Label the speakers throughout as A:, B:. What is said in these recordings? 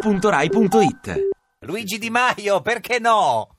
A: radio2pod.rai.it
B: Luigi Di Maio, perché no?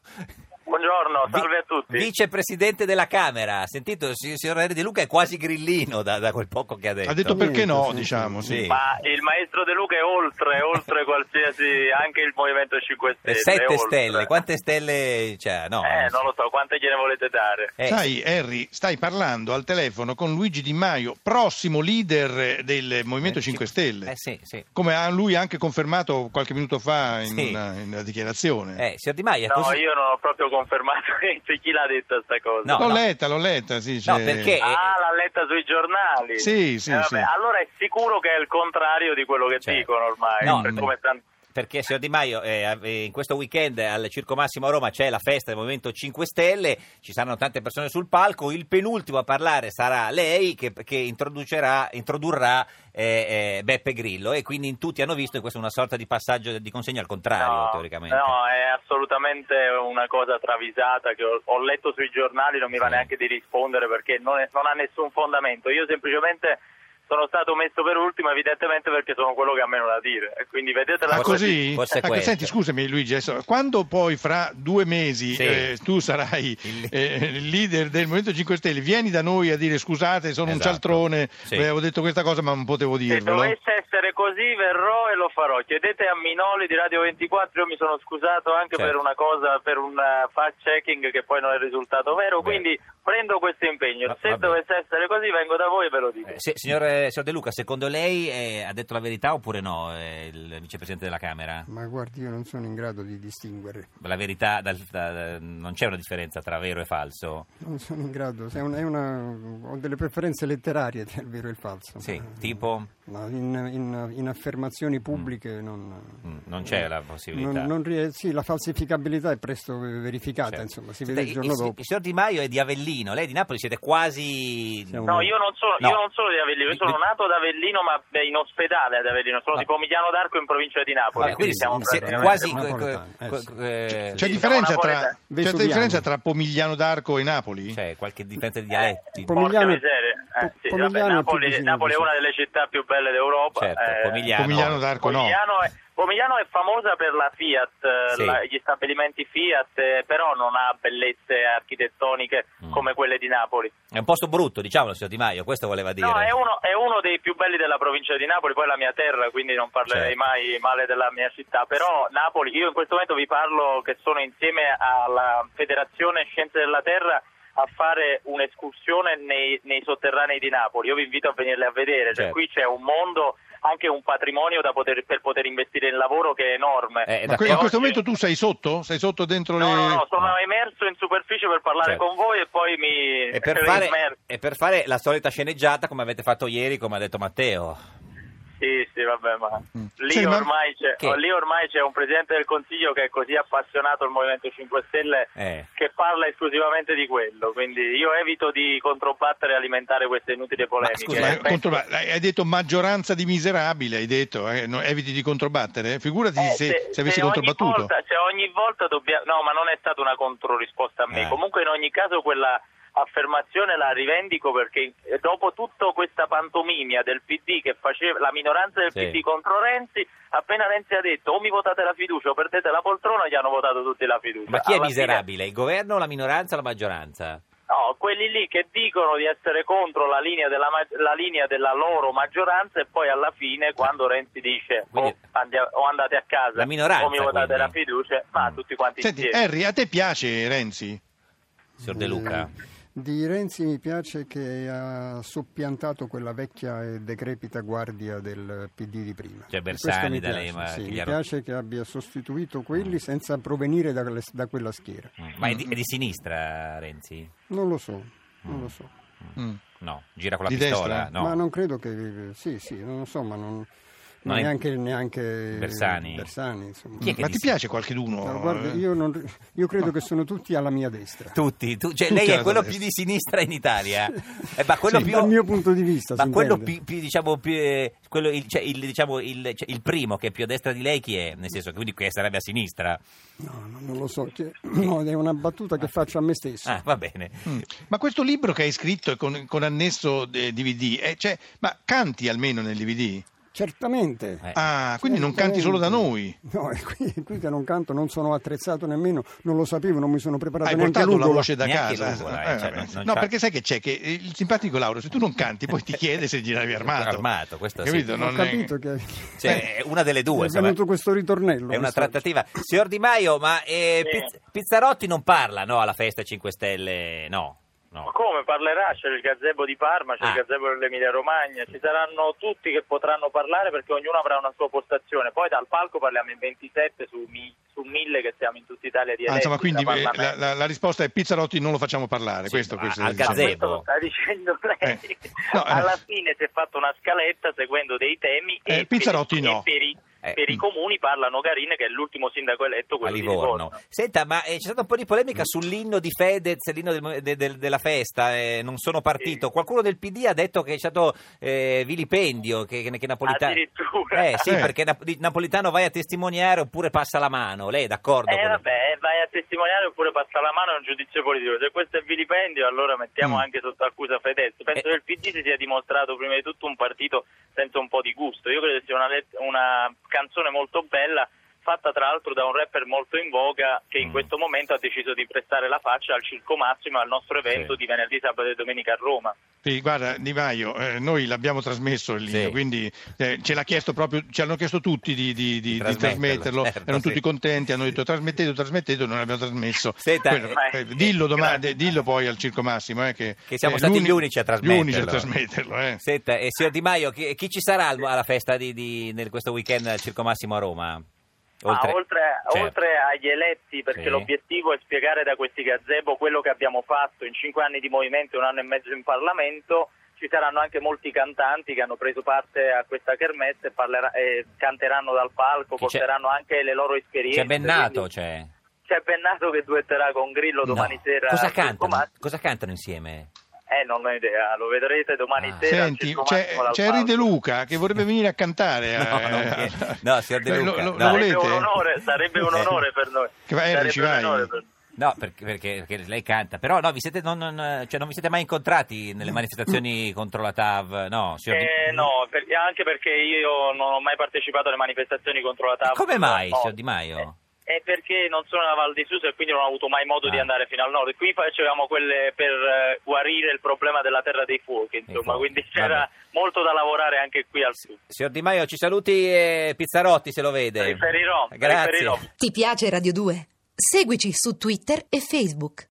C: Buongiorno,
B: Vi-
C: salve a tutti.
B: Vicepresidente della Camera. Sentito, si- signor Re De Luca è quasi grillino da, da quel poco che ha detto.
D: Ha detto perché no, diciamo, sì.
B: Sì.
C: Ma il maestro De Luca è oltre, oltre qualsiasi, anche il Movimento 5 Stelle. è
B: 7
C: Eh, oltre.
B: Eh, stelle, quante stelle c'ha? No.
C: Eh, non lo so, quante gliene volete dare?
B: Eh,
D: Sai, Harry, stai parlando al telefono con Luigi Di Maio, prossimo leader del Movimento 5 Stelle,
B: Eh, sì, sì.
D: come ha lui anche confermato qualche minuto fa in,
B: Sì.
D: una, in una dichiarazione.
B: Eh, signor Di Maio,
C: No,
B: così-
C: io non ho proprio confermato niente. Chi l'ha detta sta cosa?
B: no, eh,
D: l'ho
B: no.
D: letta, l'ho letta, sì. cioè,
B: No,
D: c'è-
B: perché-
C: Ah, l'ha letta sui giornali.
D: Sì, sì,
C: Eh, vabbè,
D: sì.
C: Allora è sicuro che è il contrario di quello che
B: Cioè,
C: dicono ormai.
B: no,
C: per
B: no.
C: come tan-
B: Perché, signor Di Maio, eh, av- eh, in questo weekend al Circo Massimo a Roma c'è la festa del Movimento 5 Stelle, ci saranno tante persone sul palco, il penultimo a parlare sarà lei che, che introducerà, introdurrà eh, eh, Beppe Grillo e quindi in tutti hanno visto che questo è una sorta di passaggio di consegna al contrario,
C: No,
B: teoricamente.
C: no, è assolutamente una cosa travisata che ho, ho letto sui giornali, non mi va
B: Sì.
C: neanche di rispondere perché non, è- non ha nessun fondamento. Io semplicemente sono stato messo per ultimo evidentemente perché sono quello che ha meno da dire. E Quindi vedetela
D: Ah,
B: Forse-
D: così?
B: forse
D: Ah, che-
B: questo.
D: senti, scusami Luigi, adesso, quando poi fra due mesi
B: Sì.
D: eh, tu sarai
B: Il-
D: eh, il leader del Movimento 5 Stelle, vieni da noi a dire scusate, sono un
B: Esatto.
D: cialtrone,
B: Sì.
D: eh, avevo detto questa cosa ma non potevo
C: Se
D: dirvelo.
C: dovesse essere così verrò e lo farò. Chiedete a Minoli di Radio 24, io mi sono scusato anche
B: Certo.
C: per una cosa, per un fact checking che poi non è risultato vero,
B: Beh.
C: quindi prendo questo impegno.
B: Va-
C: Se
B: va bene.
C: dovesse essere così vengo da voi e ve lo dico.
B: Eh, se- signor, eh, signor De Luca, secondo lei eh, ha detto la verità oppure no eh, il vicepresidente della Camera?
E: Ma guardi, io non sono in grado di distinguere,
B: La verità, dal- da- non c'è una differenza tra vero e falso?
E: non sono in grado, se è una- è una- ho delle preferenze letterarie tra il vero e il falso.
B: Sì, tipo?
E: Ma in, in- in affermazioni pubbliche non...
B: Mm, non c'è la possibilità.
E: non- non rie- sì, la falsificabilità è presto verificata,
B: Certo.
E: insomma, si
B: Senta,
E: vede il giorno
B: si-
E: dopo.
B: signor Di Maio è di Avellino, lei di Napoli siete quasi...
E: Siamo-
C: No, io non, sono, io
B: No.
C: non sono di Avellino, io
B: Di-
C: sono
B: di-
C: nato ad Avellino ma beh, in ospedale ad Avellino, sono
B: Ah.
C: di Pomigliano d'Arco in provincia di Napoli.
B: Vabbè, quindi
C: quindi siamo
B: siete
C: praticamente-
B: quasi...
E: napoletani, eh,
B: co-
E: sì.
B: co- eh,
D: C'è,
C: Sì,
D: differenza
C: siamo
D: tra,
C: napoletani.
D: c'è
E: Vesuviani.
D: differenza tra Pomigliano d'arco e Napoli?
B: c'è Cioè, qualche
C: Eh,
B: differenza di dialetti?
E: Po-
C: Porca
E: Pomigliano-
C: miseria. Eh,
E: Po-
C: sì,
E: Pomigliano
C: vabbè,
E: è più
C: Napoli,
E: vicino,
C: Napoli è
E: sì.
C: una delle città più belle d'Europa.
B: Certo,
C: eh,
B: Pomigliano.
D: Pomigliano d'arco no.
C: Pomigliano è, Pomigliano è famosa per la Fiat, eh,
B: Sì.
C: la- gli stabilimenti Fiat, eh, però non ha bellezze architettoniche
B: Mm.
C: come quelle di Napoli.
B: È un posto brutto, diciamolo, signor Di Maio, questo voleva dire.
C: No, è uno, è uno dei più belli della provincia di Napoli, poi è la mia terra, quindi non parlerei
B: Certo.
C: mai male della mia città, però Napoli, io in questo momento vi parlo che sono insieme alla Federazione Scienze della Terra a fare un'escursione nei, nei sotterranei di Napoli, io vi invito a venirle a vedere,
B: Certo.
C: cioè, qui c'è un mondo, anche un patrimonio da poter, per poter investire in lavoro che è enorme.
B: Eh,
D: Ma que-
B: d'accordo.
D: in questo
C: Oggi-
D: momento tu sei sotto? Sei sotto dentro
C: No,
D: le...
C: no, no, sono emerso in superficie per parlare
B: Ah. Certo.
C: con voi e poi mi...
B: E per, fare,
C: immerso.
B: e per fare la solita sceneggiata come avete fatto ieri, come ha detto Matteo.
C: Sì, sì, vabbè, ma lì,
D: Mm. Sì, ma-
C: ormai c'è,
B: Che?
C: lì ormai c'è un presidente del Consiglio che è così appassionato al Movimento 5 Stelle
B: Eh.
C: che parla esclusivamente di quello, quindi io evito di controbattere e alimentare queste inutili polemiche.
B: scusa,
D: Ma
C: Eh, penso-
D: contro- hai detto maggioranza di miserabili, hai detto, eh, no, eviti di controbattere. Figurati
C: eh,
D: se, se avessi
C: ogni
D: controbattuto.
C: volta- se ogni volta dobbiamo... No, ma non è stata una controrisposta a me.
B: Eh.
C: Comunque in ogni caso quella affermazione la rivendico perché eh, dopo tutta questa pantomimia del PD che faceva la minoranza del
B: Sì.
C: PD contro Renzi, appena Renzi ha detto o mi votate la fiducia o perdete la poltrona, gli hanno votato tutti la fiducia.
B: Ma chi è
C: Alla fine-
B: miserabile? Il governo, la minoranza o la maggioranza?
C: No, quelli lì che dicono di essere contro la linea della, ma- la linea della loro maggioranza e poi alla fine quando Renzi dice
B: Quindi-
C: "O andia- o andate a casa
B: La minoranza,
C: o mi votate
B: quindi.
C: la fiducia, ma
B: Mm.
C: tutti quanti
D: Senti,
C: insieme.
D: Harry, a te piace Renzi?
B: Signor De Luca.
C: Mm.
E: Eh, Di Renzi mi piace che ha soppiantato quella vecchia e decrepita guardia del PD di prima.
B: Cioè
E: E questo
B: Bersani,
E: mi
B: D'Alema,
E: piace, sì,
B: che gli Mm.
E: mi
B: hanno-
E: piace che abbia sostituito quelli senza provenire da, quelle- da quella schiera.
B: Ma è di, è di sinistra Renzi?
E: Non lo so, non lo so.
D: Mm.
B: No, gira con la
D: Di
B: pistola.
D: destra?
B: No.
E: Ma non credo che... Sì, sì, non lo so, ma non...
B: Ma è-
E: neanche, neanche
B: Bersani?
E: Bersani, insomma.
B: Chi è che
D: Mm. Ma
B: di-
D: ti piace qualcheduno?
E: No, guarda,
D: eh?
E: io, non- io credo che sono tutti alla mia destra.
B: Tutti, tu- cioè,
D: Tutti
B: lei è
D: alla
B: quello più
D: destra.
B: di sinistra in Italia. Eh, ma quello
E: Sì,
B: più,
E: dal mio punto di vista,
B: Ma
E: si
B: quello
E: intende.
B: più, più, diciamo, più, eh, quello, il, cioè, il, diciamo, il, cioè, il primo che è più a destra di lei chi è? Nel senso che quindi che sarebbe a sinistra.
E: No, no, non lo so. che- no, è una battuta che faccio a me stesso.
B: Ah, va bene.
D: Mm. Ma questo libro che hai scritto con, con annesso eh, DVD, eh, cioè, ma canti almeno nel DVD?
E: Certamente.
B: Eh.
D: Ah, quindi non canti solo da noi.
E: No, è qui, è qui che non canto, non sono attrezzato nemmeno, non lo sapevo, non mi sono preparato
D: Hai
E: neanche
D: portato la
E: all'ugola.
D: voce da
B: Neanche
D: casa.
B: l'ugola, eh, cioè,
D: Eh, vabbè.
B: non- non
D: no,
B: c'ha-
D: perché sai che c'è che eh, il simpatico Lauro, se tu non canti, poi ti chiede se giravi armato.
B: Armato, questo sì.
D: Capito?
E: Ho
D: Non è-
E: capito che
B: Cioè, è una delle due.
E: Eh, è
B: insomma.
E: venuto questo ritornello.
B: È una
E: questo-
B: trattativa. Signor Di Maio, ma eh,
C: Sì.
B: Piz- Pizzarotti non parla no, alla festa 5 Stelle? No.
C: Ma
B: no.
C: come parlerà? C'è il gazebo di Parma, c'è
B: Ah.
C: il gazebo dell'Emilia Romagna, ci saranno tutti che potranno parlare perché ognuno avrà una sua postazione. Poi dal palco parliamo in 27 su, mi- su 1000 che siamo in tutta Italia di
D: Ah,
C: eletti.
D: insomma, quindi
C: da
D: eh, la,
C: Parlamento.
D: la- la risposta è Pizzarotti non lo facciamo parlare.
B: Sì,
D: questo,
B: ma
D: questo
B: al
D: diciamo.
B: Gazebo.
C: Questo lo sta dicendo lei.
D: Eh, no, eh.
C: Alla fine si è fatta una scaletta seguendo dei temi
D: Eh,
C: e,
D: Pizzarotti
C: per,
D: no.
C: e per i,
B: Eh.
C: per i comuni parla Nogarin che è l'ultimo sindaco eletto,
B: A
C: quello di
B: Livorno.
C: Livorno. Mm.
B: Senta, ma eh, c'è stata un po' di polemica sull'inno di Fedez, l'inno del mo- de- del- della festa, eh, non sono partito.
C: Sì.
B: Qualcuno del PD ha detto che è stato eh, vilipendio, che, che, che Napolitano...
C: Addirittura.
B: Eh sì,
D: Eh.
B: perché Nap- di- Napolitano vai a testimoniare oppure passa la mano. Lei è d'accordo?
C: Eh
B: con-
C: vabbè, vai a testimoniare oppure passa la mano a un giudizio politico. Se questo è vilipendio, allora mettiamo
D: Mm.
C: anche sotto accusa Fedez. Penso
B: Eh.
C: che il PD si sia dimostrato prima di tutto un partito senza un po' di gusto. Io credo che sia una, let- una canzone molto bella, fatta tra l'altro da un rapper molto in voga che in
B: Mm.
C: questo momento ha deciso di prestare la faccia al Circo Massimo e al nostro evento
B: Sì.
C: di venerdì, sabato e domenica a Roma.
D: Sì, guarda, Di Maio, eh, noi l'abbiamo trasmesso il libro,
B: Sì.
D: quindi eh, ce l'ha chiesto proprio, ci hanno chiesto tutti di, di- di- di
B: trasmetterlo,
D: trasmetterlo,
B: certo,
D: erano
B: sì.
D: tutti contenti, hanno detto trasmettetelo, trasmettetelo, non l'abbiamo trasmesso.
B: Senta,
D: Quello-
C: eh,
D: eh, dillo, domani,
C: grazie.
D: dillo poi al Circo Massimo, eh, che,
B: Che siamo
D: eh,
B: stati gli
D: l'uni-
B: unici a
D: gli
B: trasmetterlo.
D: unici a trasmetterlo, eh.
B: Senta, eh, signor Di Maio, chi, chi ci sarà al- alla festa di, di- nel, questo weekend al Circo Massimo a Roma?
C: Ma oltre,
B: certo.
C: oltre agli eletti, perché
B: Sì.
C: l'obiettivo è spiegare da questi gazebo quello che abbiamo fatto in cinque anni di movimento e un anno e mezzo in Parlamento, ci saranno anche molti cantanti che hanno preso parte a questa kermesse e parlerà- e canteranno dal palco,
B: Chi c'è?
C: porteranno anche le loro esperienze.
B: C'è Bennato,
C: quindi
B: c'è.
C: C'è Bennato che duetterà con Grillo domani
B: No.
C: sera.
B: Cosa
C: al Circo
B: cantano?
C: Massimo.
B: Cosa cantano insieme?
C: Eh, non ho idea, lo vedrete domani
B: Ah.
C: sera. al
D: Senti,
C: Circo
D: c'è,
C: Massimo dal
D: c'è Henry
C: palco.
D: De Luca che vorrebbe venire a cantare.
B: No,
D: eh,
B: non che- no, signor De
D: Beh,
B: Luca,
D: Lo, lo
B: no.
C: Sarebbe
D: volete?
C: un onore, sarebbe un
B: Eh.
C: onore per noi.
D: Che vai,
C: Sarebbe
D: ci
C: un
D: vai.
C: onore per noi.
B: No, perché, perché- perché lei canta, però no, vi siete, non, non- cioè, non vi siete mai incontrati nelle manifestazioni contro la TAV? No, signor Di-
C: Eh, no, per- anche perché io non ho mai partecipato alle manifestazioni contro la TAV.
B: Come mai,
C: No.
B: signor Di Maio?
C: Eh, È perché non sono nella Val di Susa e quindi non ho avuto mai modo di
B: Ah.
C: andare fino al nord. Qui facevamo quelle per eh, guarire il problema della terra dei fuochi,
B: fuochi,
C: insomma, quindi
B: Ecco, vabbè.
C: c'era molto da lavorare anche qui al sud.
B: Signor Di Maio, ci saluti eh, Pizzarotti se lo vede.
C: Riferirò,
B: Grazie.
C: riferirò.
A: Ti piace Radio 2? Seguici su Twitter e Facebook.